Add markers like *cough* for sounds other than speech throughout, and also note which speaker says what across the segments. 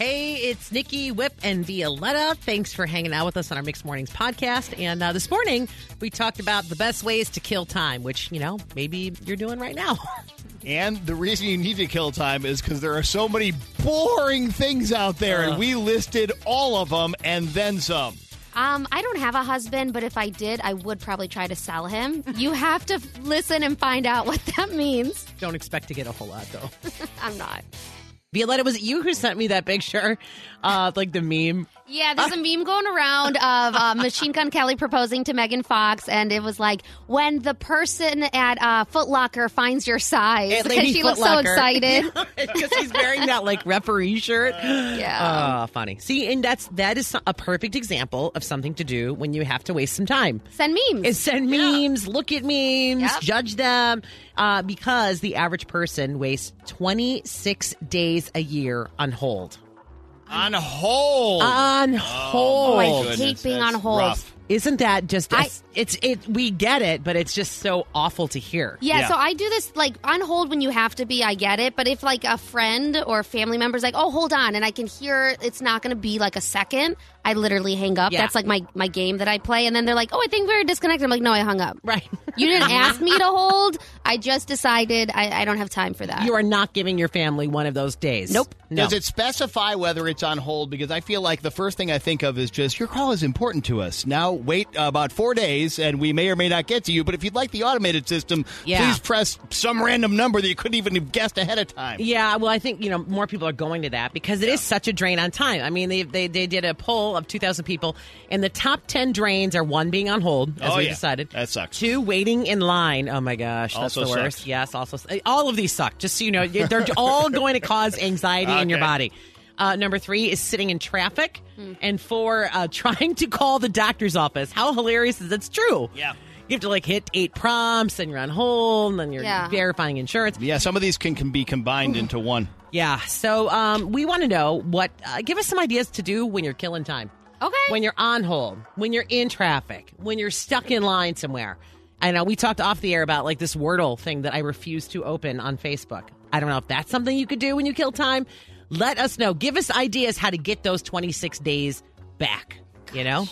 Speaker 1: it's Nikki, Whip, and Violetta. Thanks for hanging out with us on our Mixed Mornings podcast. And uh, this morning, we talked about the best ways to kill time, which, you know, maybe you're doing right now. *laughs*
Speaker 2: And the reason you need to kill time is because there are so many boring things out there, and we listed all of them and then some.
Speaker 3: Um, I don't have a husband, but if I did, I would probably try to sell
Speaker 1: *laughs*
Speaker 3: him. You have to f- listen and find out what that means.
Speaker 1: Don't expect to get a whole lot, though.
Speaker 3: I'm not.
Speaker 1: Violetta, was it you who sent me that picture of like the meme? *laughs*
Speaker 3: Yeah,
Speaker 1: Uh.
Speaker 3: there's a meme going around of uh, Machine Gun Kelly proposing to Megan Fox, and it was like when the person at uh, Foot Locker finds your size.
Speaker 1: At
Speaker 3: Because
Speaker 1: Lady
Speaker 3: she
Speaker 1: Foot
Speaker 3: looks so
Speaker 1: Locker. *laughs*
Speaker 3: excited.
Speaker 1: Because he's wearing that like referee shirt.
Speaker 3: yeah.
Speaker 1: Oh, funny. See, and that's that is a perfect example of something to do when you have to waste some time.
Speaker 3: Send memes.
Speaker 1: Is send memes, look at memes,
Speaker 3: Yep.
Speaker 1: judge them, uh, because the average person wastes 26 days a year on hold.
Speaker 2: On hold.
Speaker 1: On
Speaker 2: Oh, my
Speaker 1: hold.
Speaker 2: goodness,
Speaker 3: hate being
Speaker 2: that's
Speaker 3: on hold.
Speaker 2: rough.
Speaker 1: Isn't that just
Speaker 3: I-
Speaker 1: it's it we get it, but it's just so awful to hear.
Speaker 3: Yeah,
Speaker 2: Yeah.
Speaker 3: so I do this like on hold when you have to be, I get it. But if like a friend or family member's like, oh, hold on, and I can hear it's not going to be like a second, I literally hang up.
Speaker 1: Yeah.
Speaker 3: That's like my, my game that I play. And then they're like, oh, I think we were disconnected. I'm like, no, I hung up.
Speaker 1: Right. *laughs*
Speaker 3: You didn't ask me to hold. I just decided I, I don't have time for that.
Speaker 1: You are not giving your family one of those days. Nope. No.
Speaker 2: Does it specify whether it's on hold? Because I feel like the first thing I think of is just your call is important to us. Now wait about four days, and we may or may not get to you. But if you'd like the automated system,
Speaker 1: Yeah.
Speaker 2: please press some random number that you couldn't even have guessed ahead of time.
Speaker 1: Yeah, well, I think you know more people are going to that because it is such a drain on time. I mean, they they, they did a poll of two thousand people, and the top ten drains are one being on hold, as
Speaker 2: Oh,
Speaker 1: we
Speaker 2: yeah.
Speaker 1: decided.
Speaker 2: That sucks.
Speaker 1: Two waiting in line. Oh my gosh, that's
Speaker 2: Also
Speaker 1: the worst.
Speaker 2: sucks.
Speaker 1: Yes, also eh, all of these suck. Just so you know, they're
Speaker 2: *laughs*
Speaker 1: all going to cause anxiety in your
Speaker 2: Okay.
Speaker 1: body. Uh, number three is sitting in traffic, and four uh, *laughs* trying to call the doctor's office. How hilarious is it's true?
Speaker 2: Yeah.
Speaker 1: You have to like hit eight prompts, and you're on hold, and then you're
Speaker 3: Yeah.
Speaker 1: verifying insurance.
Speaker 2: Yeah, some of these can, can be combined into one.
Speaker 1: Yeah. So um, we want to know what. Uh, give us some ideas to do when you're killing time.
Speaker 3: Okay.
Speaker 1: When you're on hold, when you're in traffic, when you're stuck in line somewhere. I know we talked off the air about like this Wordle thing that I refuse to open on Facebook. I don't know if that's something you could do when you kill time. Let us know. Give us ideas how to get those 26 days back. You know?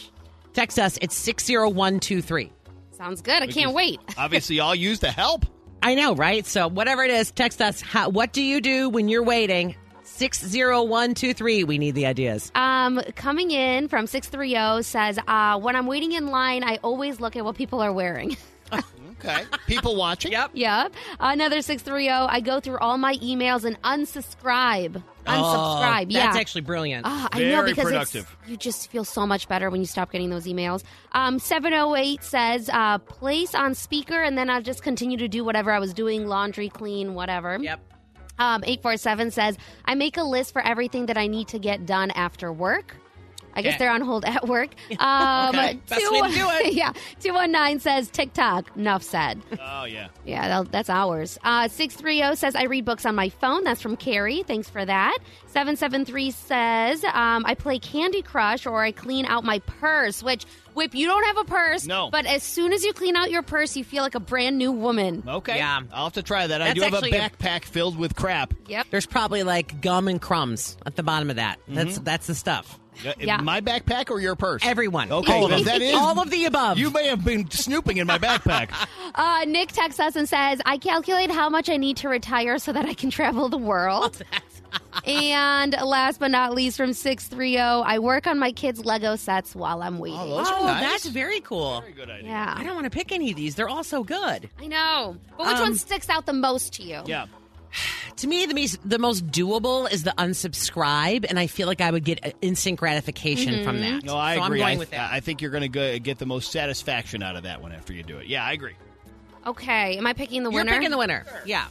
Speaker 1: Text us at 60123.
Speaker 3: Sounds good. I can't wait.
Speaker 2: Obviously, I'll use the help.
Speaker 1: I know, right? So whatever it is, text us. How, what do you do when you're waiting? 60123. We need the ideas.
Speaker 3: Um, coming in from 630 says, uh, when I'm waiting in line, I always look at what people are wearing.
Speaker 2: Okay. People watching. Yep.
Speaker 3: Yep. Another 630. I go through all my emails and unsubscribe. Unsubscribe. yeah.
Speaker 1: Oh, That's actually brilliant.
Speaker 3: Ah, I know
Speaker 2: very
Speaker 3: because it's-
Speaker 2: productive.
Speaker 3: you just feel so much better when you stop getting those emails. Um, 708 says, uh, place on speaker, and then I'll just continue to do whatever I was doing laundry, clean, whatever.
Speaker 1: yep.
Speaker 3: Um, 847 says, I make a list for everything that I need to get done after work. I guess
Speaker 1: Okay.
Speaker 3: they're on hold at
Speaker 1: *laughs*
Speaker 3: work. Um,
Speaker 1: Eh. Okay. Best way to do it.
Speaker 3: *laughs* yeah. 219 says, TikTok. Enough said.
Speaker 2: Oh yeah.
Speaker 3: Yeah, that'll- that's ours. Uh, 630 says, I read books on my phone. That's from Carrie. Thanks for that. 773 says, um, I play Candy Crush or I clean out my purse, which, Whip, you don't have a purse.
Speaker 2: No.
Speaker 3: But as soon as you clean out your purse, you feel like a brand new woman.
Speaker 2: Okay.
Speaker 1: Yeah.
Speaker 2: I'll have to try that. I
Speaker 1: That's
Speaker 2: do have a
Speaker 1: actually a-
Speaker 2: backpack filled with crap.
Speaker 3: Yep.
Speaker 1: There's probably like gum and crumbs at the bottom of that.
Speaker 2: Mm-hmm.
Speaker 1: That's that's the stuff.
Speaker 3: Yeah.
Speaker 2: My backpack or your purse?
Speaker 1: Everyone.
Speaker 2: Okay.
Speaker 1: All of
Speaker 2: then
Speaker 1: them.
Speaker 2: That is
Speaker 1: All of the above.
Speaker 2: You may have been snooping in my backpack.
Speaker 3: Uh, Nick texts us and says, I calculate how much I need to retire so that I can travel the world.
Speaker 2: *laughs*
Speaker 3: and last but not least, from 630, I work on my kids' Lego sets while I'm waiting.
Speaker 2: Oh,
Speaker 1: oh,
Speaker 2: those are nice.
Speaker 1: that's *laughs* very cool.
Speaker 2: Very good idea.
Speaker 3: yeah.
Speaker 1: I don't want to pick any of these. They're all so good.
Speaker 3: I know. But which
Speaker 1: Um,
Speaker 3: one sticks out the most to you?
Speaker 2: Yeah.
Speaker 1: To me, the most, the most doable is the unsubscribe, and I feel like I would get uh, instant gratification from
Speaker 3: Mm-hmm.
Speaker 1: that.
Speaker 2: No, I
Speaker 1: so
Speaker 2: agree.
Speaker 1: I'm
Speaker 2: I,
Speaker 1: going with that.
Speaker 2: I think you're going to get the most satisfaction out of that one after you do it. Yeah, I agree.
Speaker 3: Okay. Am I picking the
Speaker 1: You're
Speaker 3: winner?
Speaker 1: picking the winner. Yeah.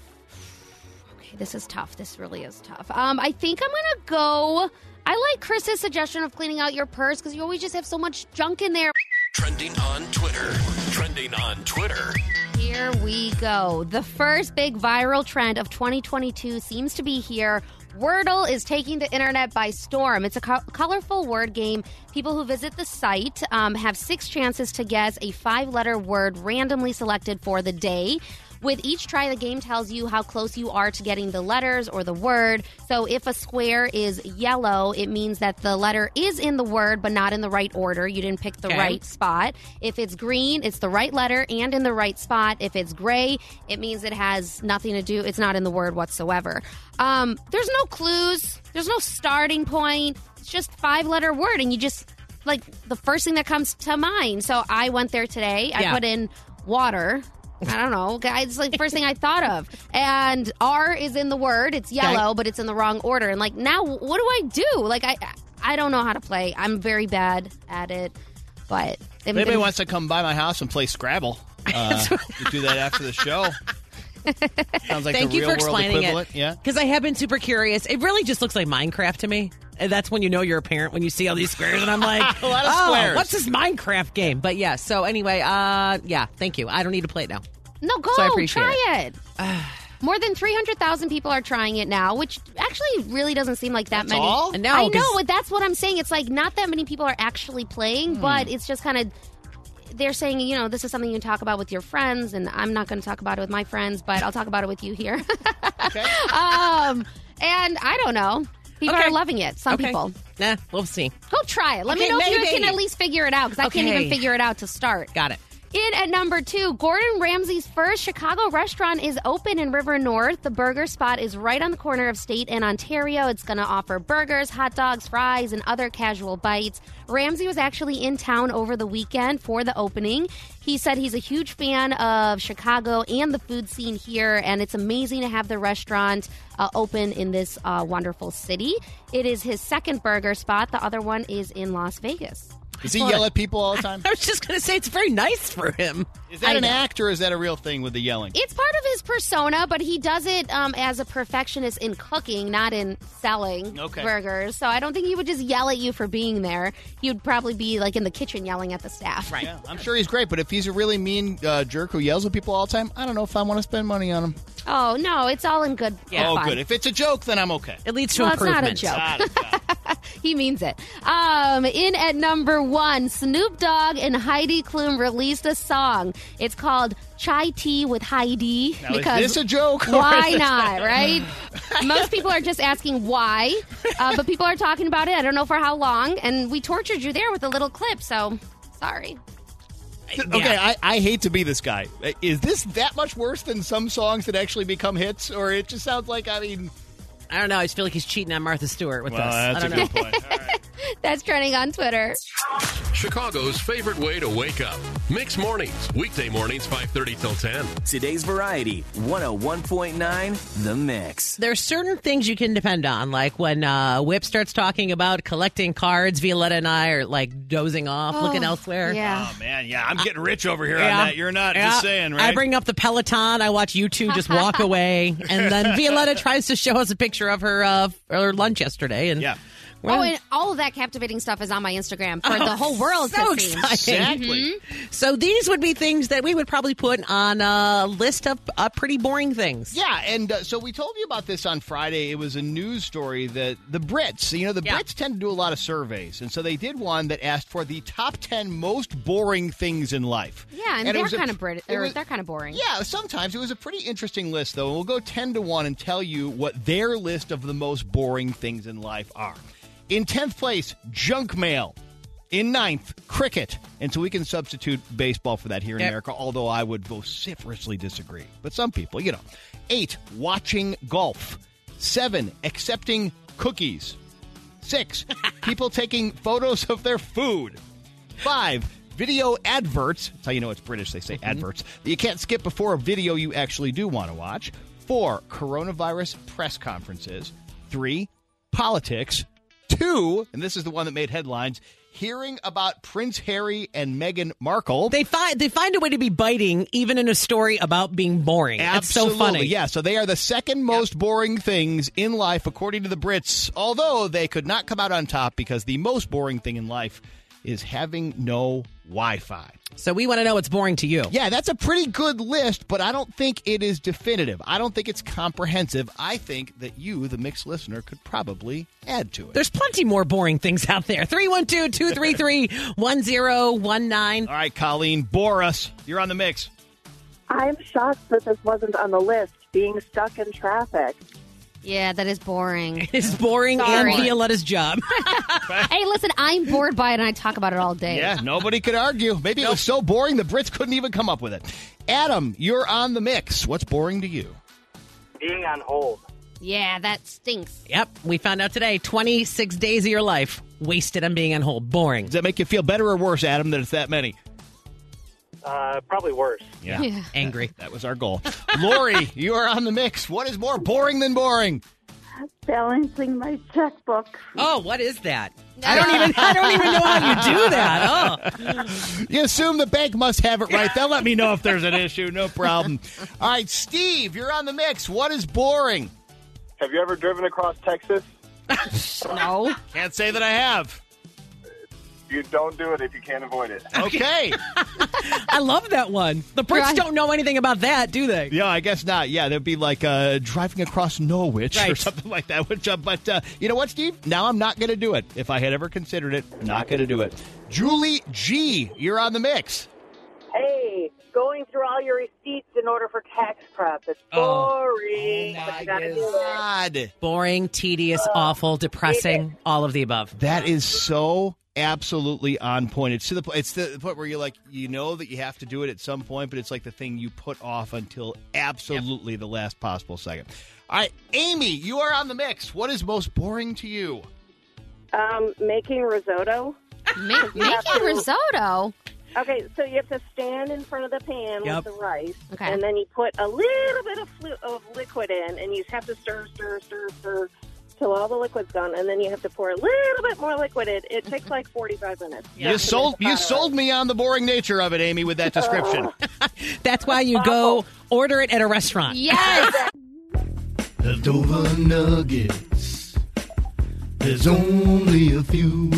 Speaker 3: okay, this is tough. This really is tough. Um, I think I'm gonna go. I like Chris's suggestion of cleaning out your purse because you always just have so much junk in there.
Speaker 4: Trending on Twitter. Trending on Twitter.
Speaker 3: Here we go. The first big viral trend of 2022 seems to be here. Wordle is taking the internet by storm. It's a co- colorful word game. People who visit the site um, have six chances to guess a five letter word randomly selected for the day. With each try, the game tells you how close you are to getting the letters or the word. So if a square is yellow, it means that the letter is in the word, but not in the right order. You didn't pick the
Speaker 1: Okay.
Speaker 3: right spot. If it's green, it's the right letter and in the right spot. If it's gray, it means it has nothing to do, it's not in the word whatsoever. Um, there's no clues, there's no starting point. It's just five letter word, and you just like the first thing that comes to mind. So I went there today. I
Speaker 1: Yeah.
Speaker 3: put in water. I don't know. It's like first thing I thought of. And R is in the word. It's yellow, but it's in the wrong order. And like now, what do I do? Like I, I don't know how to play. I'm very bad at it. But
Speaker 2: If anybody wants to come by my house and play
Speaker 1: *laughs*
Speaker 2: Scrabble, uh, we do that after the show. Sounds like
Speaker 1: Thank
Speaker 2: the
Speaker 1: you
Speaker 2: real
Speaker 1: for
Speaker 2: world
Speaker 1: explaining
Speaker 2: equivalent.
Speaker 1: it. *laughs*
Speaker 2: Yeah.
Speaker 1: Because I have been super curious. It really just looks like Minecraft to me. And that's when you know you're a parent when you see all these squares, and
Speaker 2: *laughs*
Speaker 1: I'm like,
Speaker 2: A lot of
Speaker 1: "Oh,
Speaker 2: squares."
Speaker 1: What's this Minecraft game? But yeah. So anyway, uh, yeah. Thank you. I don't need to play it now.
Speaker 3: No, go.
Speaker 1: So I appreciate
Speaker 3: try it.
Speaker 1: *sighs*
Speaker 3: More than 300,000 people are trying it now, which actually really doesn't seem like that
Speaker 2: That's
Speaker 3: many.
Speaker 2: all?
Speaker 1: No,
Speaker 3: I
Speaker 1: 'cause-
Speaker 3: know, but that's what I'm saying. It's like not that many people are actually playing,
Speaker 1: Hmm.
Speaker 3: but it's just kind of they're saying, you know, this is something you can talk about with your friends, and I'm not going to talk about it with my friends, but I'll talk about it with you here. *laughs*
Speaker 2: Okay.
Speaker 3: um, and I don't know. People
Speaker 1: Okay.
Speaker 3: are loving it. Some people.
Speaker 1: Nah, we'll see.
Speaker 3: Go try it. Let
Speaker 1: Okay,
Speaker 3: me know if you
Speaker 1: maybe.
Speaker 3: can at least figure it out because I can't
Speaker 1: Okay.
Speaker 3: even figure it out to start.
Speaker 1: Got it. *laughs*
Speaker 3: In at number two, Gordon Ramsay's first Chicago restaurant is open in River North. The burger spot is right on the corner of State and Ontario. It's going to offer burgers, hot dogs, fries, and other casual bites. Ramsay was actually in town over the weekend for the opening. He said he's a huge fan of Chicago and the food scene here, and it's amazing to have the restaurant uh, open in this uh, wonderful city. It is his second burger spot. The other one is in Las Vegas.
Speaker 2: Does he yell at people all the time?
Speaker 1: *laughs* I was just gonna say it's very nice for him.
Speaker 2: Is that
Speaker 3: I
Speaker 2: an
Speaker 3: know.
Speaker 2: act or is that a real thing with the yelling?
Speaker 3: it's part of his persona, but he does it um, as a perfectionist in cooking, not in selling
Speaker 2: Okay.
Speaker 3: burgers. So I don't think he would just yell at you for being there. You'd probably be like in the kitchen yelling at the staff.
Speaker 1: Right.
Speaker 2: Yeah, I'm sure he's great, but if he's a really mean uh, jerk who yells at people all the time, I don't know if I want to spend money on him.
Speaker 3: *laughs* Oh no, it's all in good.
Speaker 1: Yeah.
Speaker 2: oh,
Speaker 3: fun.
Speaker 2: good. If it's a joke, then I'm okay.
Speaker 1: It leads to
Speaker 3: Well, it's not
Speaker 1: improvement.
Speaker 3: a joke.
Speaker 2: Got it, got it.
Speaker 3: he means it. Um, in at number one, Snoop Dogg and Heidi Klum released a song. It's called "Chai Tea with Heidi."
Speaker 2: Now, is this a joke? or
Speaker 3: Why
Speaker 2: is it-
Speaker 3: not, right? Most people are just asking why, uh, but people are talking about it. I don't know for how long, and we tortured you there with a little clip, so sorry.
Speaker 2: Okay, I, I hate to be this guy. Is this that much worse than some songs that actually become hits, or it just sounds like I mean?
Speaker 1: I don't know. I just feel like he's cheating on Martha Stewart with this. I don't know.
Speaker 2: point.
Speaker 3: That's trending on Twitter.
Speaker 4: Chicago's favorite way to wake up. Mix mornings, weekday mornings 5:30 till 10.
Speaker 5: Today's variety 101.9 The Mix.
Speaker 1: There are certain things you can depend on, like when uh, Whip starts talking about collecting cards. Violetta and I are like dozing off, looking elsewhere.
Speaker 3: Oh, Yeah.
Speaker 2: Oh, man, yeah, I'm getting rich over here
Speaker 1: Yeah. Yeah. I bring up the Peloton. I watch you two just walk away, and
Speaker 2: *laughs*
Speaker 1: then Violetta tries to show us a picture of her uh, her lunch yesterday. And
Speaker 2: Yeah.
Speaker 1: Well,
Speaker 3: oh, and all of that captivating stuff is on my Instagram for the whole world
Speaker 1: so
Speaker 3: to see.
Speaker 1: exciting.
Speaker 2: exactly.
Speaker 1: So these would be things that we would probably put on a list of uh, pretty boring things.
Speaker 2: Yeah, and uh, so we told you about this on Friday. It was a news story that the Brits, you know, the
Speaker 1: Yeah.
Speaker 2: Brits tend to do a lot of surveys, and so they did one that asked for the top ten most boring things in life.
Speaker 3: Yeah, and,
Speaker 2: it
Speaker 3: they're
Speaker 2: was a-
Speaker 3: kind of Brit-
Speaker 2: it
Speaker 3: or
Speaker 2: was-
Speaker 3: they're kind of boring.
Speaker 2: Yeah, sometimes it was a pretty interesting list, though. We'll go 10 to 1 and tell you what their list of the most boring things in life are. In 10th place, junk mail. In ninth, cricket. And so we can substitute baseball for that here in
Speaker 1: Yep.
Speaker 2: America, although I would vociferously disagree. But some people, you know. Eight, watching golf. Seven, accepting cookies. Six, people taking photos of their food. Five, video adverts. That's how you know it's British. They say adverts. That you can't skip before a video you actually do want to watch. Four, coronavirus press conferences. Three, politics. Two, and this is the one that made headlines, hearing about Prince Harry and Meghan Markle.
Speaker 1: They find they find a way to be biting even in a story about being boring.
Speaker 2: Absolutely.
Speaker 1: It's so funny.
Speaker 2: Yeah, so they are the second most boring things in life, according to the Brits, although they could not come out on top because the most boring thing in life is having no Wi Fi.
Speaker 1: So we want to know what's boring to you.
Speaker 2: Yeah, that's a pretty good list, but I don't think it is definitive. I don't think it's comprehensive. I think that you, the mixed listener, could probably add to it.
Speaker 1: There's plenty more boring things out there. 312 233 1019.
Speaker 2: All right, Colleen, bore us. You're on the mix.
Speaker 6: I'm shocked that this wasn't on the list. Being stuck in traffic.
Speaker 3: Yeah, that is boring.
Speaker 1: It's boring
Speaker 3: Sorry.
Speaker 1: and Violetta's job.
Speaker 3: hey, listen, I'm bored by it and I talk about it all day.
Speaker 2: Yeah, nobody could argue. Maybe it was so boring the Brits couldn't even come up with it. Adam, you're on the mix. What's boring to you?
Speaker 7: Being on hold.
Speaker 3: Yeah, that stinks.
Speaker 1: yep, we found out today 26 days of your life wasted on being on hold. Boring.
Speaker 2: *laughs* Does that make you feel better or worse, Adam, that it's that many?
Speaker 7: Uh, probably worse.
Speaker 2: Yeah.
Speaker 1: Angry.
Speaker 2: That was our goal. Lori, *laughs* you are on the mix. What is more boring than boring?
Speaker 6: Balancing my checkbook.
Speaker 1: Oh, what is that? I don't even I don't even know how you do that. Oh.
Speaker 2: You assume the bank must have it right. They'll let me know if there's an issue. No problem. All right, Steve, you're on the mix. What is boring?
Speaker 7: Have you ever driven across Texas?
Speaker 3: No.
Speaker 2: Can't say that I have.
Speaker 7: You don't do it if you can't avoid it.
Speaker 2: *laughs* Okay.
Speaker 1: I love that one. The Brits
Speaker 3: Right.
Speaker 1: don't know anything about that, do they?
Speaker 2: yeah, I guess not. Yeah, that'd be like uh, driving across Norwich or
Speaker 1: Right.
Speaker 2: something like that. *laughs* Which, uh, but uh, you know what, Steve? Now I'm not going to do it. If I had ever considered it, not going to do it. Julie G, you're on the mix.
Speaker 8: Hey, going through all your receipts in order for tax prep. It's
Speaker 1: Oh.
Speaker 8: boring, but you gotta do it.
Speaker 2: God.
Speaker 1: Boring, tedious, awful, depressing, all of the above.
Speaker 2: That is so absolutely on point. It's to the po- it's the point where you're like you know that you have to do it at some point, but it's like the thing you put off until absolutely the last possible second. All right, Amy, you are on the mix. What is most boring to you?
Speaker 6: Um, making risotto.
Speaker 3: Ma- making risotto.
Speaker 6: Okay, so you have to stand in front of the pan
Speaker 1: Yep.
Speaker 6: with the rice,
Speaker 3: Okay.
Speaker 6: and then you put a little bit of, flu- of liquid in, and you have to stir, stir, stir, stir till all the liquid's gone, and then you have to pour a little bit more liquid in. It takes like 45 minutes.
Speaker 2: You sold you sold me on the boring nature of it, Amy, with
Speaker 3: *laughs* Oh,
Speaker 2: that description.
Speaker 1: That's why you go order it at a restaurant.
Speaker 3: Yes.
Speaker 9: Leftover nuggets. There's only a few.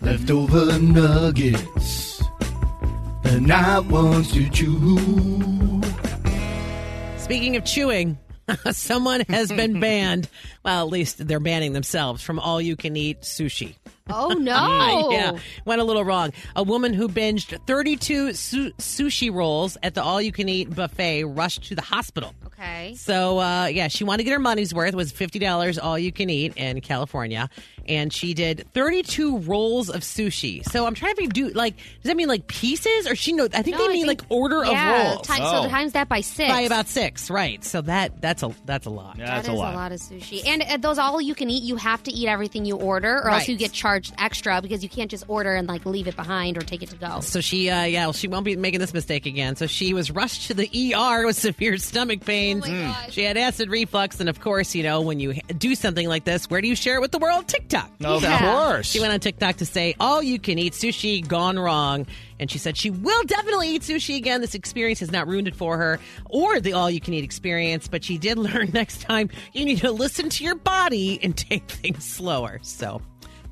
Speaker 9: Leftover nuggets. They're not ones to chew.
Speaker 1: Speaking of chewing, *laughs* someone has been banned. Well, at least they're banning themselves from all you can eat sushi.
Speaker 3: Oh no.
Speaker 1: *laughs* Yeah, went a little wrong. A woman who binged 32 su- sushi rolls at the all you can eat buffet rushed to the hospital.
Speaker 3: Okay.
Speaker 1: So uh, yeah, she wanted to get her money's worth. It was fifty dollars all you can eat in California, and she did thirty-two rolls of sushi. So I'm trying to do like, does that mean like pieces, or she know? I think they
Speaker 3: No, I
Speaker 1: mean
Speaker 3: think-
Speaker 1: like order
Speaker 3: yeah,
Speaker 1: of rolls
Speaker 3: Time,
Speaker 2: Oh.
Speaker 3: So times that by six.
Speaker 1: by about six, right? So that that's a that's a lot.
Speaker 3: That
Speaker 2: That's
Speaker 3: is a lot. of sushi. And at those all you can eat, you have to eat everything you order, or
Speaker 1: Right.
Speaker 3: else you get charged extra because you can't just order and like leave it behind or take it to go.
Speaker 1: So she, uh, yeah, well, she won't be making this mistake again. So she was rushed to the ER with severe stomach pains. Mm. she had acid reflux, and of course, you know, when you h- do something like this, where do you share it with the world? TikTok.
Speaker 2: Of
Speaker 3: Yeah.
Speaker 2: course.
Speaker 1: She went on TikTok to say, all you can eat sushi gone wrong. And she said she will definitely eat sushi again. This experience has not ruined it for her or the all you can eat experience, but she did *laughs* learn next time you need to listen to your body and take things slower. So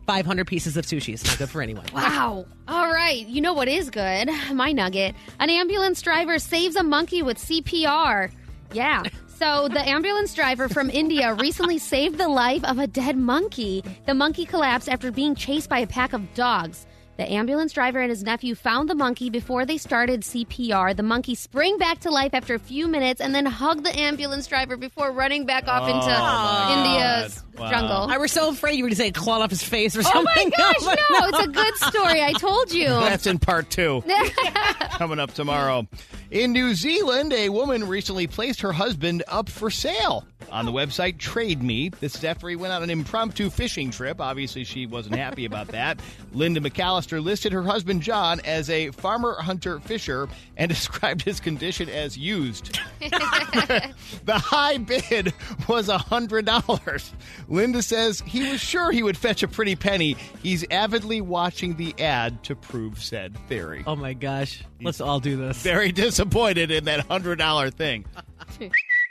Speaker 1: 500 pieces of sushi is not good for anyone.
Speaker 3: Wow. All right. You know what is good? *sighs* My nugget. An ambulance driver saves a monkey with CPR. Yeah. So, the ambulance driver from India recently saved the life of a dead monkey. The monkey collapsed after being chased by a pack of dogs. The ambulance driver and his nephew found the monkey before they started CPR. The monkey sprang back to life after a few minutes and then hugged the ambulance driver before running back off into India's jungle.
Speaker 1: I was so afraid you were going to say clawed off his face or
Speaker 3: Oh
Speaker 1: something. *laughs*
Speaker 3: my gosh,
Speaker 1: but
Speaker 3: no, it's a good story. I told
Speaker 2: *laughs*
Speaker 3: you.
Speaker 2: That's in part
Speaker 3: *laughs*
Speaker 2: two. Coming up tomorrow. In New Zealand, a woman recently placed her husband up for sale on the website Trade Me. This is after he went on an impromptu fishing trip. Obviously, she wasn't happy about
Speaker 3: *laughs*
Speaker 2: that. Linda McAllister listed her husband John as a farmer, hunter, fisher, and *laughs* described his condition as used. The high bid was $100. Linda says he was sure he would fetch a pretty penny. He's avidly watching the ad to prove said theory.
Speaker 1: Oh my gosh. Let's all do this.
Speaker 2: Very disappointed in that $100 thing.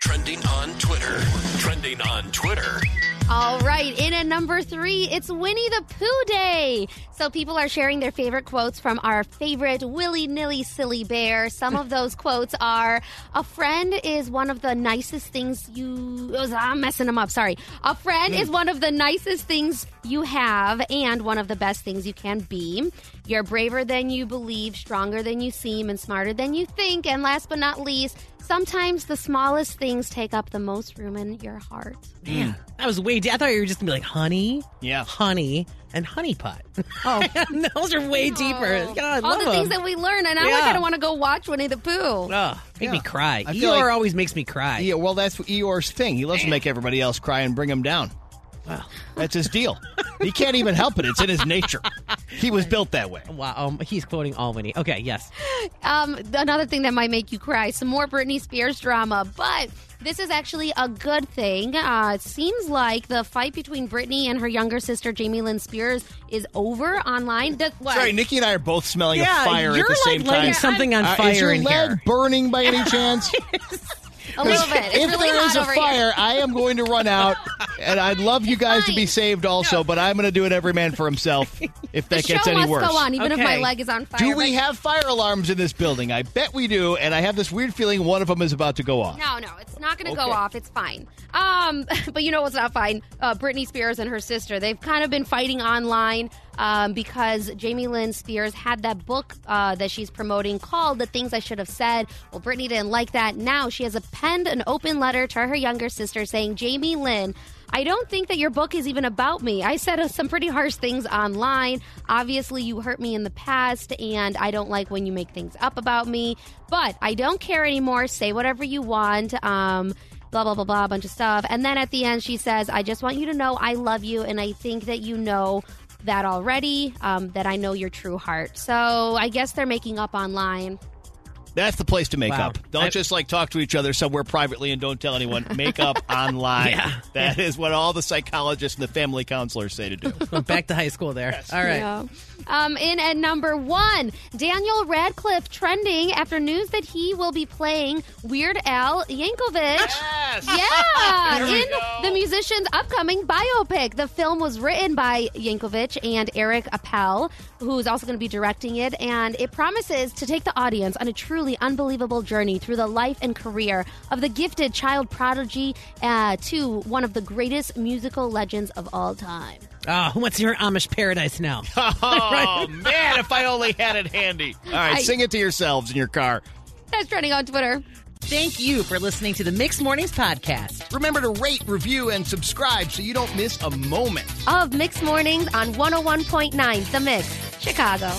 Speaker 4: Trending on Twitter. Trending on Twitter.
Speaker 3: All right, in at number three, it's Winnie the Pooh Day. So people are sharing their favorite quotes from our favorite willy nilly silly bear. Some of those quotes are A friend is one of the nicest things you. oh, I'm messing them up, sorry. A friend is one of the nicest things you have and one of the best things you can be. You're braver than you believe, stronger than you seem, and smarter than you think. And last but not least, sometimes the smallest things take up the most room in your heart.
Speaker 1: Man, that was way. deep. I thought you were just gonna be like honey,
Speaker 2: Yeah.
Speaker 1: honey, and honey pot.
Speaker 3: Oh.
Speaker 1: *laughs* those are way deeper. God,
Speaker 3: All
Speaker 1: love
Speaker 3: the
Speaker 1: them.
Speaker 3: things that we learn, and now
Speaker 1: Yeah.
Speaker 3: I kind of want to go watch Winnie the Pooh.
Speaker 1: Ugh, make me
Speaker 2: Yeah.
Speaker 1: cry.
Speaker 2: I
Speaker 1: Eeyore
Speaker 2: feel like-
Speaker 1: always makes me cry.
Speaker 2: Yeah, well, that's Eeyore's thing. He loves to make everybody else cry and bring them down. That's his deal. he can't even help it. It's in his nature. He was built that way.
Speaker 1: Wow, um, he's quoting Albany. Okay, yes.
Speaker 3: Um, th- another thing that might make you cry, some more Britney Spears drama, but this is actually a good thing. Uh, it seems like the fight between Britney and her younger sister Jamie Lynn Spears is over online. Does- what?
Speaker 2: Sorry, Nikki and I are both smelling
Speaker 1: yeah,
Speaker 2: a fire
Speaker 1: you're
Speaker 2: at the
Speaker 1: like
Speaker 2: same
Speaker 1: lighting
Speaker 2: time.
Speaker 1: something on
Speaker 2: Uh,
Speaker 1: fire
Speaker 2: is your
Speaker 1: in
Speaker 2: leg
Speaker 1: here.
Speaker 2: burning by any chance?
Speaker 3: a little bit. It's
Speaker 2: if
Speaker 3: really
Speaker 2: there
Speaker 3: hot
Speaker 2: is a
Speaker 3: over
Speaker 2: fire,
Speaker 3: here.
Speaker 2: I am going to run
Speaker 3: *laughs*
Speaker 2: out, and I'd love you guys to be
Speaker 3: fine.
Speaker 2: saved also, but I'm going to do it every man for
Speaker 3: *laughs*
Speaker 2: himself if that
Speaker 3: the
Speaker 2: gets
Speaker 3: show
Speaker 2: any
Speaker 3: must
Speaker 2: worse.
Speaker 3: go on, even if my
Speaker 1: Okay.
Speaker 3: leg is on fire.
Speaker 2: Do we
Speaker 3: but-
Speaker 2: have fire alarms in this building? I bet we do, and I have this weird feeling one of them is about to go off.
Speaker 3: No, no, it's not going to
Speaker 2: Okay.
Speaker 3: go off. It's fine. Um, *laughs* but you know what's not fine? Uh, Britney Spears and her sister. They've kind of been fighting online um, because Jamie Lynn Spears had that book uh, that she's promoting called "The Things I Should Have Said." Well, Britney didn't like that. Now she has a penned an open letter to her younger sister saying, "Jamie Lynn." I don't think that your book is even about me. I said uh, some pretty harsh things online. Obviously, you hurt me in the past, and I don't like when you make things up about me. But I don't care anymore. Say whatever you want. Um, blah blah blah blah, a bunch of stuff. And then at the end, she says, "I just want you to know I love you, and I think that you know." That already, um, that I know your true heart. So I guess they're making up online.
Speaker 2: That's the place to make
Speaker 1: Wow.
Speaker 2: up. Don't
Speaker 1: I-
Speaker 2: just like talk to each other somewhere privately and don't tell anyone. Make
Speaker 3: *laughs*
Speaker 2: up online.
Speaker 1: Yeah.
Speaker 2: That is what all the psychologists and the family counselors say to
Speaker 3: *laughs*
Speaker 2: do.
Speaker 1: Went back to high school there. All right.
Speaker 3: Yeah. Um, in at number one, Daniel Radcliffe trending after news that he will be playing Weird Al Yankovic.
Speaker 2: Ah.
Speaker 3: Yeah, in the musician's upcoming biopic. The film was written by Yankovic and Eric Appel, who is also going to be directing it, and it promises to take the audience on a truly unbelievable journey through the life and career of the gifted child prodigy uh, to one of the greatest musical legends of all time.
Speaker 1: Oh, who wants to hear Amish Paradise
Speaker 2: *laughs*
Speaker 1: now?
Speaker 3: *laughs*
Speaker 2: Oh, man, if I only had it handy. All right,
Speaker 3: I-
Speaker 2: sing it to yourselves in your car.
Speaker 3: That's trending on Twitter.
Speaker 1: Thank you for listening to the Mixed Mornings Podcast.
Speaker 2: Remember to rate, review, and subscribe so you don't miss a moment.
Speaker 3: oh of Mixed Mornings on 101.9 The Mix, Chicago.